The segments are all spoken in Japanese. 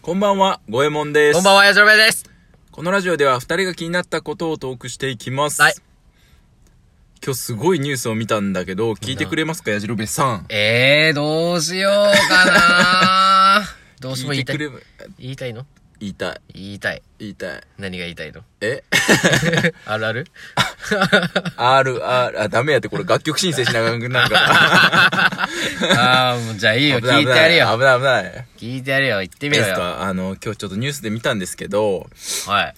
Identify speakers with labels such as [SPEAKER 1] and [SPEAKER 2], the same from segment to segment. [SPEAKER 1] こんばんは、五右衛門です。
[SPEAKER 2] こんばん
[SPEAKER 1] は。
[SPEAKER 2] は、やじろべえです。
[SPEAKER 1] このラジオでは二人が気になったことをトークしていきます。
[SPEAKER 2] はい。
[SPEAKER 1] 今日すごいニュースを見たんだけど、聞いてくれますか、やじろべえさん。
[SPEAKER 2] えー、どうしようか などうしても
[SPEAKER 1] 聞い
[SPEAKER 2] 言いた
[SPEAKER 1] て
[SPEAKER 2] い
[SPEAKER 1] く。れ、言
[SPEAKER 2] 言いたいの
[SPEAKER 1] いたい。
[SPEAKER 2] 言いたい。
[SPEAKER 1] 言いたい。
[SPEAKER 2] 何が言いたいの
[SPEAKER 1] え
[SPEAKER 2] ある ある
[SPEAKER 1] ?RR、あ、ダメやって、これ楽曲申請しながらなんか。
[SPEAKER 2] あー、もうじゃあいいよ。
[SPEAKER 1] 危な
[SPEAKER 2] 聞いてやるよ。
[SPEAKER 1] 危ない危ない。危ない
[SPEAKER 2] 聞いてやるよ。言ってみ
[SPEAKER 1] で
[SPEAKER 2] ろ
[SPEAKER 1] す
[SPEAKER 2] よ。
[SPEAKER 1] かあの、今日ちょっとニュースで見たんですけど、
[SPEAKER 2] はい。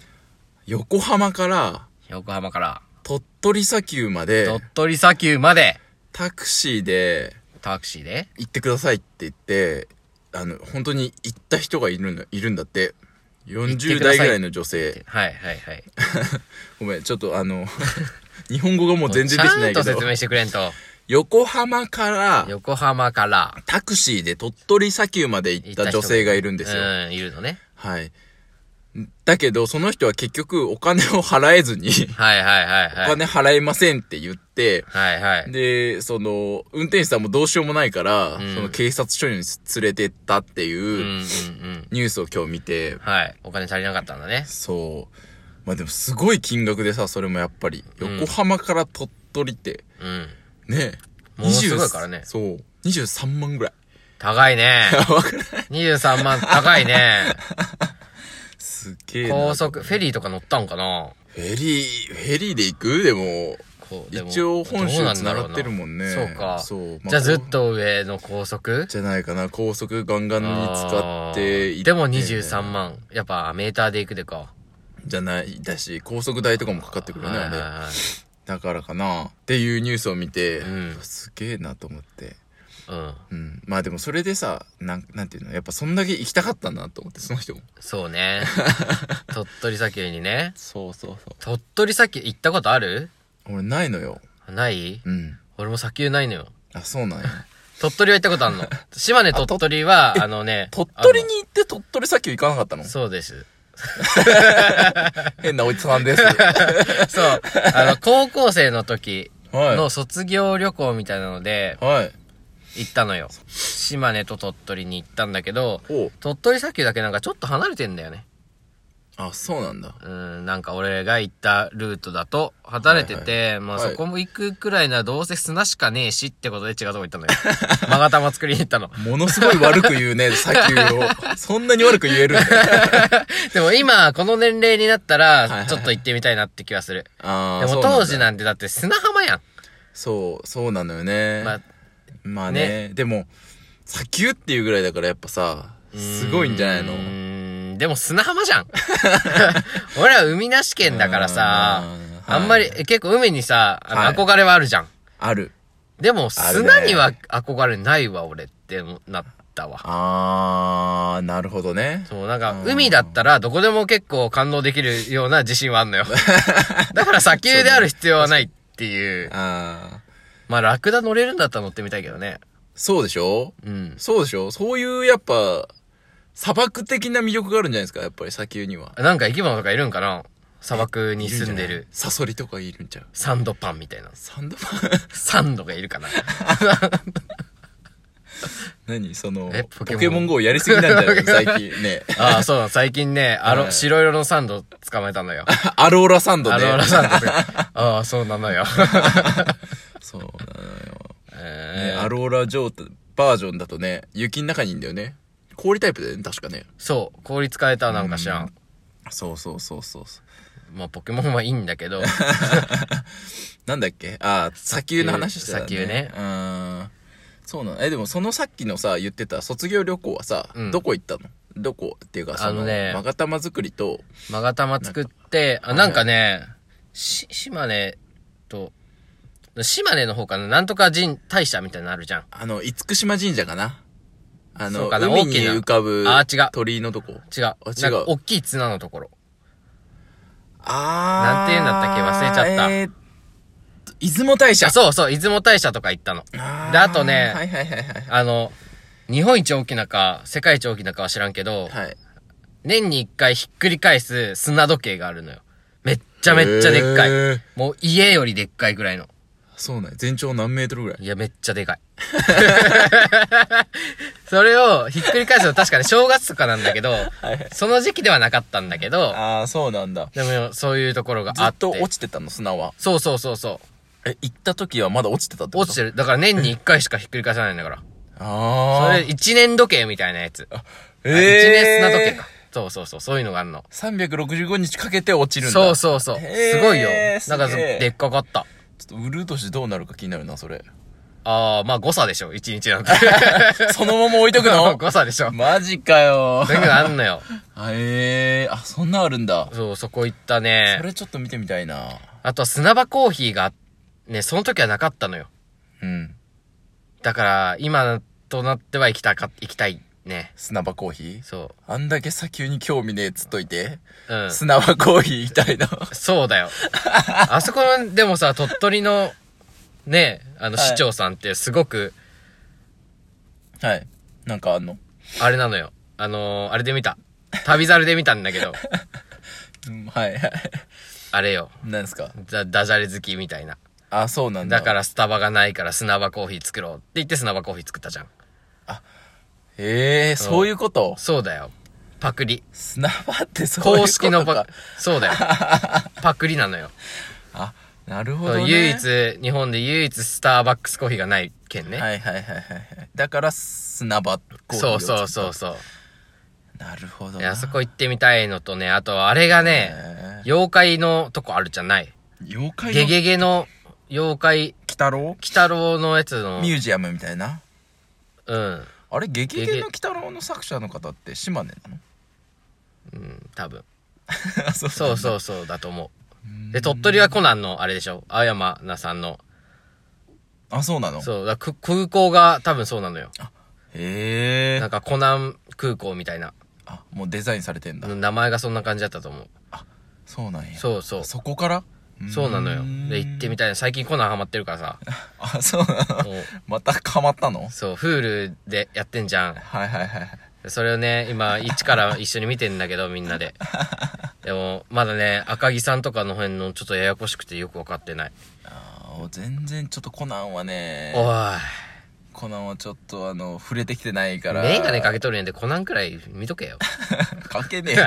[SPEAKER 1] 横浜から
[SPEAKER 2] 横浜から、
[SPEAKER 1] 鳥取砂丘まで
[SPEAKER 2] 鳥取砂丘まで、
[SPEAKER 1] タクシーで
[SPEAKER 2] タクシーで。
[SPEAKER 1] 行ってくださいって言って、あの、本当に行った人がいるの、いるんだって。
[SPEAKER 2] って
[SPEAKER 1] 40
[SPEAKER 2] くだ
[SPEAKER 1] 代
[SPEAKER 2] さい
[SPEAKER 1] ぐらいの女性。
[SPEAKER 2] はい、はい、はい。
[SPEAKER 1] ごめん、ちょっとあの、 日本語がもう 全然できない
[SPEAKER 2] ちゃ
[SPEAKER 1] け
[SPEAKER 2] んと
[SPEAKER 1] ど
[SPEAKER 2] 説、明してくれんと。
[SPEAKER 1] 横浜から
[SPEAKER 2] 横浜から、
[SPEAKER 1] タクシーで鳥取砂丘まで行った女性がいるんですよ。
[SPEAKER 2] うん、いるのね。
[SPEAKER 1] はい。だけど、その人は結局お金を払えずに、
[SPEAKER 2] はい、はい、はい、
[SPEAKER 1] お
[SPEAKER 2] はい。
[SPEAKER 1] 金払いませんって言って、
[SPEAKER 2] はい、はい。
[SPEAKER 1] で、その、運転手さんもどうしようもないから、
[SPEAKER 2] ん
[SPEAKER 1] その警察署に連れてったっていう
[SPEAKER 2] うん、
[SPEAKER 1] う
[SPEAKER 2] う、
[SPEAKER 1] ん
[SPEAKER 2] うん。
[SPEAKER 1] ニュースを今日見て、
[SPEAKER 2] はい。お金足りなかったんだね。
[SPEAKER 1] そう。まあでもすごい金額でさ、それもやっぱり、横浜から鳥取って、
[SPEAKER 2] うん。
[SPEAKER 1] ね、
[SPEAKER 2] ものすごいからね
[SPEAKER 1] 20そう。23万ぐらい。
[SPEAKER 2] 高いね。
[SPEAKER 1] わかんない。
[SPEAKER 2] 23万高いね。
[SPEAKER 1] すげえな。
[SPEAKER 2] 高速、フェリーとか乗ったんかな
[SPEAKER 1] フェリー、フェリーで行くでも、
[SPEAKER 2] こうでも
[SPEAKER 1] 一応本州
[SPEAKER 2] どうなんだ
[SPEAKER 1] 繋
[SPEAKER 2] ろう
[SPEAKER 1] が
[SPEAKER 2] な
[SPEAKER 1] ってるもんね。
[SPEAKER 2] そうか。
[SPEAKER 1] そう。ま
[SPEAKER 2] じゃあずっ
[SPEAKER 1] こう
[SPEAKER 2] と上の高速
[SPEAKER 1] じゃないかな。高速ガンガンに使ってい
[SPEAKER 2] でも23万。やっぱメーターで行くでか。
[SPEAKER 1] じゃないだし、高速代とかもかかってくるよね、
[SPEAKER 2] はい
[SPEAKER 1] あ
[SPEAKER 2] はい
[SPEAKER 1] れ。
[SPEAKER 2] はい
[SPEAKER 1] だからかなっていうニュースを見て、
[SPEAKER 2] うん
[SPEAKER 1] すげえなと思って。
[SPEAKER 2] うん。
[SPEAKER 1] うん。まあでもそれでさ、なん、なんていうのやっぱそんだけ行きたかったんだと思って、その人も。
[SPEAKER 2] そうね。 鳥取砂丘にね。
[SPEAKER 1] そうそうそ
[SPEAKER 2] 鳥取砂丘行ったことある
[SPEAKER 1] う。俺ないのよ。
[SPEAKER 2] ない
[SPEAKER 1] うん。
[SPEAKER 2] 俺も砂丘ないのよ。
[SPEAKER 1] あ、そうなんや。
[SPEAKER 2] 鳥取は行ったことあるの。島根鳥取は、あの ね。
[SPEAKER 1] 鳥取に行って鳥取砂丘行かなかったの
[SPEAKER 2] あのそうです。
[SPEAKER 1] 変なおじさん です。
[SPEAKER 2] そう。あの、高校生の時の
[SPEAKER 1] は
[SPEAKER 2] 卒業旅行みたいなので
[SPEAKER 1] い。はい。
[SPEAKER 2] 行ったのよ。島根と鳥取に行ったんだけど、
[SPEAKER 1] おう
[SPEAKER 2] 鳥取砂丘だけなんかちょっと離れてんだよね。
[SPEAKER 1] あ、そうなんだ。
[SPEAKER 2] うん、なんか俺が行ったルートだと離れてて、まあ
[SPEAKER 1] はい
[SPEAKER 2] そこも行くくらいならどうせ砂しかねえしってことで違うとこ行 ったのよ。マガタマ作りに行ったの。
[SPEAKER 1] ものすごい悪く言う ね、砂丘を。そんなに悪く言えるんだ よ。
[SPEAKER 2] でも今、この年齢になった
[SPEAKER 1] いはい
[SPEAKER 2] ら、ちょっと行ってみたいなって気がする。
[SPEAKER 1] あ
[SPEAKER 2] で
[SPEAKER 1] ー
[SPEAKER 2] も当時
[SPEAKER 1] そうなんだ
[SPEAKER 2] なんてだって砂浜やん。
[SPEAKER 1] そう、そうなのよね。
[SPEAKER 2] まあ、
[SPEAKER 1] まあねでも、砂丘っていうぐらいだからやっぱさ、すごいんじゃないうの
[SPEAKER 2] ーんでも砂浜じゃん。 俺は海なし県だからさ
[SPEAKER 1] うんはい、
[SPEAKER 2] あんまり、結構海にさ、
[SPEAKER 1] は
[SPEAKER 2] あ
[SPEAKER 1] い
[SPEAKER 2] の憧れはあるじゃん。
[SPEAKER 1] ある。
[SPEAKER 2] でも砂に
[SPEAKER 1] あ
[SPEAKER 2] は
[SPEAKER 1] る
[SPEAKER 2] 憧れないわ、俺ってなったわ。
[SPEAKER 1] あー、なるほどね。
[SPEAKER 2] そう、なんか
[SPEAKER 1] うん
[SPEAKER 2] 海だったらどこでも結構感動できるような自信はあん のよ。だから砂丘である必要はないっていう。
[SPEAKER 1] あー、
[SPEAKER 2] まあラクダ乗れるんだったら乗ってみたいけどね。
[SPEAKER 1] そうでしょ
[SPEAKER 2] うん。
[SPEAKER 1] そうでしょそういうやっぱ、砂漠的な魅力があるんじゃないですかやっぱり砂丘には。
[SPEAKER 2] なんか生き物とかいるんかな砂漠に住んで
[SPEAKER 1] いじゃない
[SPEAKER 2] る。
[SPEAKER 1] サソリとかいるんちゃう
[SPEAKER 2] サンドパンみたいな。
[SPEAKER 1] サンドマン
[SPEAKER 2] サンドがいるかな
[SPEAKER 1] 何その
[SPEAKER 2] え
[SPEAKER 1] ポ
[SPEAKER 2] ポ
[SPEAKER 1] ケ
[SPEAKER 2] ケモ
[SPEAKER 1] モ
[SPEAKER 2] ン
[SPEAKER 1] ン GO やりすぎなんじゃ ないの最近ね。
[SPEAKER 2] ああ、そうなの。最近ね、あ
[SPEAKER 1] はい
[SPEAKER 2] の、白色のサンド捕まえたのよ。
[SPEAKER 1] アローラサンドね。
[SPEAKER 2] あの、ラサンドが。ああ、そうなのよ。
[SPEAKER 1] そうなのよ。ね
[SPEAKER 2] えー
[SPEAKER 1] アローラ状態バージョンだとね、雪の中にいんだよね。氷タイプだよね、確かね。
[SPEAKER 2] そう、氷使えたなんかしらん。
[SPEAKER 1] そうそうそうそうそう。
[SPEAKER 2] まあ、ポケモンはいいんだけど、
[SPEAKER 1] なんだっけああ、砂丘の話してたね。
[SPEAKER 2] 砂丘ね
[SPEAKER 1] うーん。そうなの。え、でもそのさっきのさ、言ってた卒業旅行はさ、
[SPEAKER 2] うん
[SPEAKER 1] どこ行ったのどこっていうか、そ
[SPEAKER 2] あ
[SPEAKER 1] の、
[SPEAKER 2] のね
[SPEAKER 1] まがたま作りと、
[SPEAKER 2] マガタマ作って、あ、なんかね、し、島根と、島根の方かな、なんとか神大社みたいなのあるじゃん。
[SPEAKER 1] あの、厳島神社かなあ
[SPEAKER 2] そ
[SPEAKER 1] の、
[SPEAKER 2] うかな
[SPEAKER 1] 海
[SPEAKER 2] 大
[SPEAKER 1] に
[SPEAKER 2] きな
[SPEAKER 1] 浮かぶ
[SPEAKER 2] あー違う
[SPEAKER 1] 鳥居のとこ。
[SPEAKER 2] 違う。なんか、大きい綱のところ。
[SPEAKER 1] あー。
[SPEAKER 2] なんて言うんだったっけ忘れちゃった
[SPEAKER 1] えーと出雲大社
[SPEAKER 2] あ、そうそう、出雲大社とか行ったの。
[SPEAKER 1] あー
[SPEAKER 2] であとね
[SPEAKER 1] はいはいはいはい。
[SPEAKER 2] あの、日本一大きなか、世界一大きなかは知らんけど、
[SPEAKER 1] はい。
[SPEAKER 2] 年に一回ひっくり返す砂時計があるのよ。めっちゃめっちゃでっかい。
[SPEAKER 1] へー
[SPEAKER 2] もう家よりでっかいぐらいの。
[SPEAKER 1] そうなんや全長何メートルぐらい
[SPEAKER 2] いや、めっちゃでかい。 それをひっくり返すと確かに正月とかなんだけど、その時期ではなかったんだけど、
[SPEAKER 1] ああ、そうなんだ。
[SPEAKER 2] でもそういうところが
[SPEAKER 1] ず
[SPEAKER 2] あっ。
[SPEAKER 1] ってと落ちてたの、砂は。
[SPEAKER 2] そうそうそうそ
[SPEAKER 1] え、行った時はまだ落ちてたって
[SPEAKER 2] う。
[SPEAKER 1] こと
[SPEAKER 2] 落ちてる。だから年に1回しかひっくり返さないんだから。そ
[SPEAKER 1] ああ。
[SPEAKER 2] れ1年時計みたいなやつ。
[SPEAKER 1] え
[SPEAKER 2] 一年砂時計か。そうそうそう、そういうのがあるの。
[SPEAKER 1] 365日かけて落ちるんだ。
[SPEAKER 2] そう
[SPEAKER 1] う。
[SPEAKER 2] そうそう。
[SPEAKER 1] へー
[SPEAKER 2] すごいよ。
[SPEAKER 1] すげ
[SPEAKER 2] な
[SPEAKER 1] え
[SPEAKER 2] んかでっかかった。
[SPEAKER 1] ちょっと売る年どうなるか気になるな、そ れ。
[SPEAKER 2] ああ、まあ誤差でしょ、1日なんて。
[SPEAKER 1] そのまま置いとくの
[SPEAKER 2] 誤差でし ょ。
[SPEAKER 1] マジかよ
[SPEAKER 2] そういうのがあんのよ。
[SPEAKER 1] あえー、あ、そんなんあるんだ。
[SPEAKER 2] そう、そこ行ったね
[SPEAKER 1] そ。れちょっと見てみたいな。
[SPEAKER 2] あとは砂場コーヒーが、ね、その時はなかったのよ。
[SPEAKER 1] うん。
[SPEAKER 2] だから、今となっては行きたか、行きたいね。
[SPEAKER 1] 砂場コーヒー
[SPEAKER 2] そ
[SPEAKER 1] あんだけ砂丘に興味ねえっつっといて、
[SPEAKER 2] う。うん。
[SPEAKER 1] 砂場コーヒーみたいな。
[SPEAKER 2] そうだよ。あそこの、でもさ、鳥取の、ね、あの、
[SPEAKER 1] はい
[SPEAKER 2] 市長さんってすごく、
[SPEAKER 1] はい。なんかあんの
[SPEAKER 2] あれなのよ。あのー、あれで見た。旅猿で見たんだけど、
[SPEAKER 1] うん、はい。
[SPEAKER 2] あれよ。
[SPEAKER 1] なんですか
[SPEAKER 2] ダダジャレ好きみたいな。
[SPEAKER 1] あ、そうなんだ。。
[SPEAKER 2] だかららスタバがないから砂場コーヒー作ろうって言って砂場コーヒー作ったじゃん。
[SPEAKER 1] ええー、そういうこと
[SPEAKER 2] そうだよ。パクリ。
[SPEAKER 1] 砂場ってそういうことか
[SPEAKER 2] 公式のパク、そ うだよ。パクリなのよ。
[SPEAKER 1] あ、なるほど、ね。
[SPEAKER 2] 唯一、日本で唯一スターバックスコーヒーがない県ね。
[SPEAKER 1] はいはいはいはいはい。だから砂場コーヒー
[SPEAKER 2] そ
[SPEAKER 1] を
[SPEAKER 2] うそう
[SPEAKER 1] 作
[SPEAKER 2] そ
[SPEAKER 1] っ
[SPEAKER 2] うそ
[SPEAKER 1] た。なるほど
[SPEAKER 2] う。い
[SPEAKER 1] な。
[SPEAKER 2] や、そこ行ってみたいのとね、あとあれがね、
[SPEAKER 1] え
[SPEAKER 2] 妖怪のとこあるじゃない。
[SPEAKER 1] ー妖怪の
[SPEAKER 2] ゲゲゲの妖怪、
[SPEAKER 1] 鬼太郎
[SPEAKER 2] 鬼太郎のやつの
[SPEAKER 1] ミ、ュージアムみたいな。
[SPEAKER 2] うん、
[SPEAKER 1] あれ、ゲゲ
[SPEAKER 2] ゲ
[SPEAKER 1] ゲ
[SPEAKER 2] ゲ
[SPEAKER 1] の鬼太郎の作者の方って島根なの
[SPEAKER 2] うん、多分。
[SPEAKER 1] あそう
[SPEAKER 2] そうそうそうだと思う。で、鳥取はコナンのあれでしょ青山奈さんの。
[SPEAKER 1] あ、そうなの
[SPEAKER 2] そう、だく空港が多分そうなのよ。
[SPEAKER 1] へ
[SPEAKER 2] な
[SPEAKER 1] え
[SPEAKER 2] ん。かコナン空港みたいな。
[SPEAKER 1] あ、もうデザインされてんだ。
[SPEAKER 2] 名前がそんな感じだったと思う。
[SPEAKER 1] そうなんや。
[SPEAKER 2] そうそう。
[SPEAKER 1] そこから
[SPEAKER 2] そうなのよ。で、行ってみ
[SPEAKER 1] た。
[SPEAKER 2] たいな。最近コナンハマってるから さ。
[SPEAKER 1] あ、そうなの。
[SPEAKER 2] もう
[SPEAKER 1] またかまったの
[SPEAKER 2] そう、フールでやってんじゃん。
[SPEAKER 1] はいはいはいはい。
[SPEAKER 2] それをね、今、一から一緒に見てんだけど、みんなで。でも、まだね、赤木さんとかの辺のちょっとややこしくてよくわかってない。
[SPEAKER 1] あー全然ちょっとコナンはね
[SPEAKER 2] お、い。
[SPEAKER 1] コナンはちょっとあの、触れてきてないから。
[SPEAKER 2] メガネかけとるんやで、コナンくらい見とけよ。
[SPEAKER 1] かけねえよ。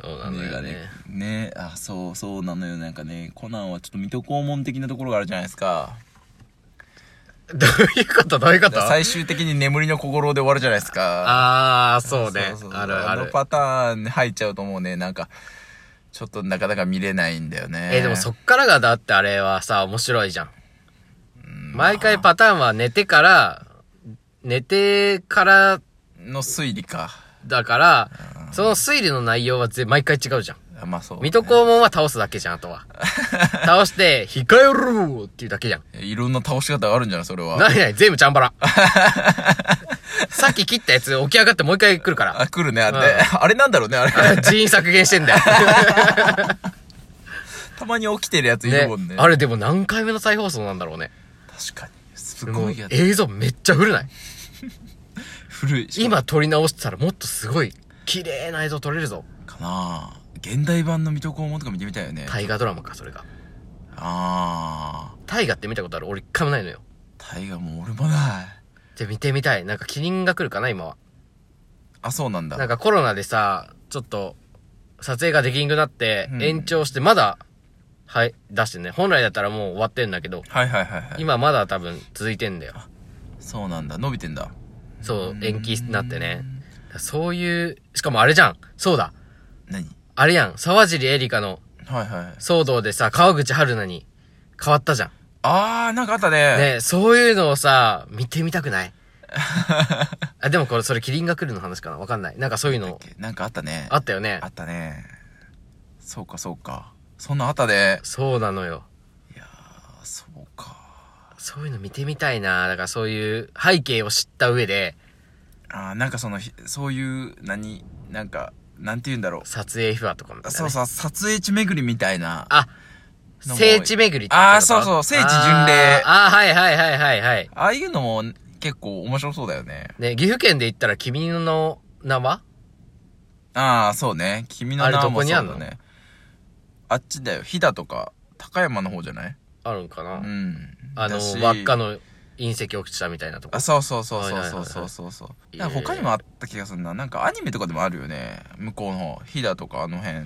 [SPEAKER 2] そうなの
[SPEAKER 1] ね
[SPEAKER 2] よ
[SPEAKER 1] ね
[SPEAKER 2] ね。
[SPEAKER 1] ねあそうそうなのよなんかねコナンはちょっと水戸黄門的なところがあるじゃないですか
[SPEAKER 2] どういうことどういうこ
[SPEAKER 1] だ
[SPEAKER 2] と
[SPEAKER 1] から最終的に眠りの小五郎で終わるじゃないですかあ
[SPEAKER 2] あー、そうね。あるあ
[SPEAKER 1] あの
[SPEAKER 2] る。
[SPEAKER 1] パターンに入っちゃうともうねなんかちょっとなかなか見れないんだよね
[SPEAKER 2] えーでもそっからがだってあれはさ、面白いじゃん。毎回パターンは寝てから、寝てから
[SPEAKER 1] の推理か
[SPEAKER 2] だから、その推理の内容はぜ毎回違うじゃん。
[SPEAKER 1] あまあそう、
[SPEAKER 2] 水戸黄門は倒すだけじゃん、あ とは。倒して、控えろっていうだけじゃん。
[SPEAKER 1] いろんな倒し方があるんじゃないそれは
[SPEAKER 2] なになに全部チャ ンバラ。さっき切ったやつ起き上がってもう一回来るから。
[SPEAKER 1] あ来るねあれ、あれなんだろうねあれ
[SPEAKER 2] 人員削減してんだよ。
[SPEAKER 1] たまに起きてる やついる
[SPEAKER 2] ね
[SPEAKER 1] もんね
[SPEAKER 2] あれでも何回目の再放送なんだろうね。
[SPEAKER 1] 確かにすごいや
[SPEAKER 2] もう
[SPEAKER 1] つ
[SPEAKER 2] 映像めっちゃ古ない
[SPEAKER 1] 古いし
[SPEAKER 2] 今撮り直してたらもっとすごい綺麗な映像撮れるぞ
[SPEAKER 1] かな現代版の水戸黄門とか見てみたいよね
[SPEAKER 2] 大河ドラマかそれが
[SPEAKER 1] ああ
[SPEAKER 2] 大河って見たことある俺一回もないのよ
[SPEAKER 1] 大河も俺もない
[SPEAKER 2] じゃあ見てみたいなんかキリンが来るかな今は
[SPEAKER 1] あそうなんだ
[SPEAKER 2] なんかコロナでさちょっと撮影ができんくなって
[SPEAKER 1] うん
[SPEAKER 2] 延長してまだ、はい出してね本来だったらもう終わってんだけど
[SPEAKER 1] はいはいはいはい
[SPEAKER 2] 今まだ多分続いてんだよ
[SPEAKER 1] そうなんだ伸びてんだ
[SPEAKER 2] そう延期になってねだからそういうしかもあれじゃんそうだ
[SPEAKER 1] 何
[SPEAKER 2] あれやん沢尻エリカの
[SPEAKER 1] はいはい
[SPEAKER 2] 騒動でさ川口春奈に変わったじゃん
[SPEAKER 1] あーなんかあったね
[SPEAKER 2] ねそういうのをさ、見てみたくない あ、でもこれ、それ、キリンが来るの話かなわかんない。なんかそういうの、
[SPEAKER 1] なんかあったね
[SPEAKER 2] あったよね
[SPEAKER 1] あ。ったねそうかそうかそんなんあったね
[SPEAKER 2] そうなのよ。
[SPEAKER 1] あそうか
[SPEAKER 2] そういうの見てみたいな。だからそういう背景を知った上で、
[SPEAKER 1] あーなんかそのひそういう何なんかなんて言うんだろう
[SPEAKER 2] 撮影秘話とかも、ね。
[SPEAKER 1] そうそう撮影地巡りみたいな
[SPEAKER 2] あ、聖地巡りってこと
[SPEAKER 1] あーそうそう聖地巡礼
[SPEAKER 2] あーあー、はいはいはいはいはい。
[SPEAKER 1] ああいうのも結構面白そうだよね
[SPEAKER 2] ね、岐阜県で言ったら、君の名は
[SPEAKER 1] ああそうね君の
[SPEAKER 2] あれ
[SPEAKER 1] 名
[SPEAKER 2] ど
[SPEAKER 1] もそ
[SPEAKER 2] こ
[SPEAKER 1] う
[SPEAKER 2] に
[SPEAKER 1] だ
[SPEAKER 2] あんの
[SPEAKER 1] ねあっちだよ飛騨とか高山の方じゃない
[SPEAKER 2] あるんかな、
[SPEAKER 1] うん。
[SPEAKER 2] あの
[SPEAKER 1] だし、
[SPEAKER 2] 輪っかの隕石落ちたみたいなとこ
[SPEAKER 1] あ、。そうそうそう
[SPEAKER 2] はい
[SPEAKER 1] そ
[SPEAKER 2] は
[SPEAKER 1] う
[SPEAKER 2] いはい
[SPEAKER 1] そ
[SPEAKER 2] は
[SPEAKER 1] うそう
[SPEAKER 2] い
[SPEAKER 1] そうそう。
[SPEAKER 2] えー
[SPEAKER 1] なんか他にもあった気がするな。なんかアニメとかでもあるよね。向こうの方。飛騨とかあの辺。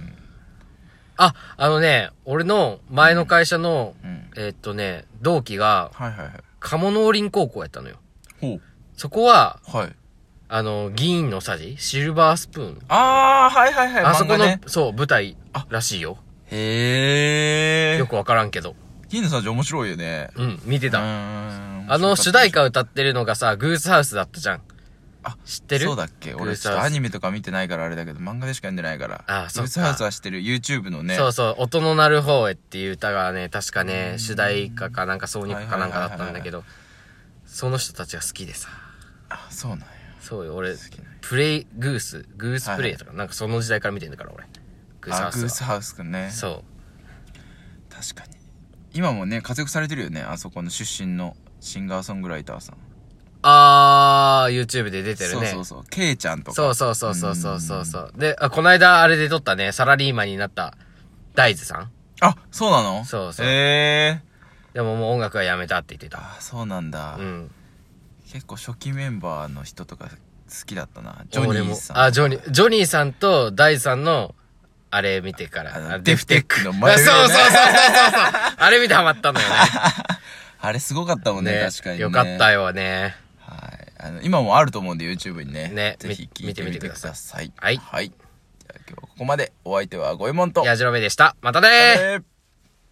[SPEAKER 2] あ、あのね、俺の前の会社の、
[SPEAKER 1] うん。
[SPEAKER 2] えーっとね、同期が、
[SPEAKER 1] はいはいはい。
[SPEAKER 2] 鴨農林高校やったのよ。
[SPEAKER 1] ほう。
[SPEAKER 2] そこは、
[SPEAKER 1] はい。
[SPEAKER 2] あの、銀のさじシルバースプーン。
[SPEAKER 1] あー、はいはいはい。
[SPEAKER 2] あそこ
[SPEAKER 1] 漫
[SPEAKER 2] の、
[SPEAKER 1] 画ね
[SPEAKER 2] そう、舞台らしいよ。
[SPEAKER 1] へ
[SPEAKER 2] よ
[SPEAKER 1] ー。
[SPEAKER 2] くわからんけど。
[SPEAKER 1] 銀のさん面白いよね。
[SPEAKER 2] うん、見て
[SPEAKER 1] う
[SPEAKER 2] た。
[SPEAKER 1] ーん
[SPEAKER 2] あの、主題歌歌ってるのがさ、グースハウスだったじゃん。
[SPEAKER 1] あ
[SPEAKER 2] 知ってる
[SPEAKER 1] そうだっけ
[SPEAKER 2] グ
[SPEAKER 1] 俺
[SPEAKER 2] ー
[SPEAKER 1] ち
[SPEAKER 2] ス
[SPEAKER 1] ょ
[SPEAKER 2] ハウ
[SPEAKER 1] っ
[SPEAKER 2] ス
[SPEAKER 1] とアニメとか見てないからあれだけど漫画でしか読んでないから
[SPEAKER 2] あそ
[SPEAKER 1] グー
[SPEAKER 2] っか
[SPEAKER 1] スハウスは知ってる YouTube のね
[SPEAKER 2] そうそう、音の鳴る方へっていう歌がね、確かね、主題歌かなんか挿入歌かなんかだったんだけど、その人たちが好きでさ。
[SPEAKER 1] あそうなんや
[SPEAKER 2] そうよ、俺
[SPEAKER 1] 好、きなんや
[SPEAKER 2] プレイ、グース、グースプレイとか、
[SPEAKER 1] は
[SPEAKER 2] なんかその時代から見てんだから、俺。グースハ
[SPEAKER 1] あ
[SPEAKER 2] ウ
[SPEAKER 1] グー
[SPEAKER 2] ス
[SPEAKER 1] ス
[SPEAKER 2] は。
[SPEAKER 1] ハウスくんね
[SPEAKER 2] そ
[SPEAKER 1] 確かに今もね活躍されてるよねあそこの出身のシンガーソングライターさん
[SPEAKER 2] う。あー、YouTube で出てる
[SPEAKER 1] そう
[SPEAKER 2] ね。
[SPEAKER 1] そうそうケイちゃんとか
[SPEAKER 2] そうそうそうそうそうそうそう。で、あ、この間あれで撮ったね、サラリーマンになった大豆さん。
[SPEAKER 1] あそうなの
[SPEAKER 2] そうそう
[SPEAKER 1] へえ
[SPEAKER 2] でももう音楽はやめたって言ってた。
[SPEAKER 1] あそうなんだ、
[SPEAKER 2] うん。
[SPEAKER 1] 結構初期メンバーの人とか好きだったなジョニーさん
[SPEAKER 2] 俺もあ、ジョニー、ジョニーさんと大豆さんの、あれ見てから。
[SPEAKER 1] あの
[SPEAKER 2] あ
[SPEAKER 1] デフテックの前
[SPEAKER 2] あ
[SPEAKER 1] 上
[SPEAKER 2] そう
[SPEAKER 1] ね
[SPEAKER 2] そうそうそうそうそう。あれ見てハマっ たのよ
[SPEAKER 1] あれすごかったもん
[SPEAKER 2] ね。
[SPEAKER 1] ね
[SPEAKER 2] ね
[SPEAKER 1] 確かにね
[SPEAKER 2] よかったよね。
[SPEAKER 1] はい。あの、今もあると思うんで、YouTube にね。
[SPEAKER 2] ね
[SPEAKER 1] ぜひ
[SPEAKER 2] み
[SPEAKER 1] 聞いてみてください。
[SPEAKER 2] はい
[SPEAKER 1] はい。じゃあ今日はここまで。お相手はごえもんと。
[SPEAKER 2] 矢印目でした。またねー
[SPEAKER 1] えー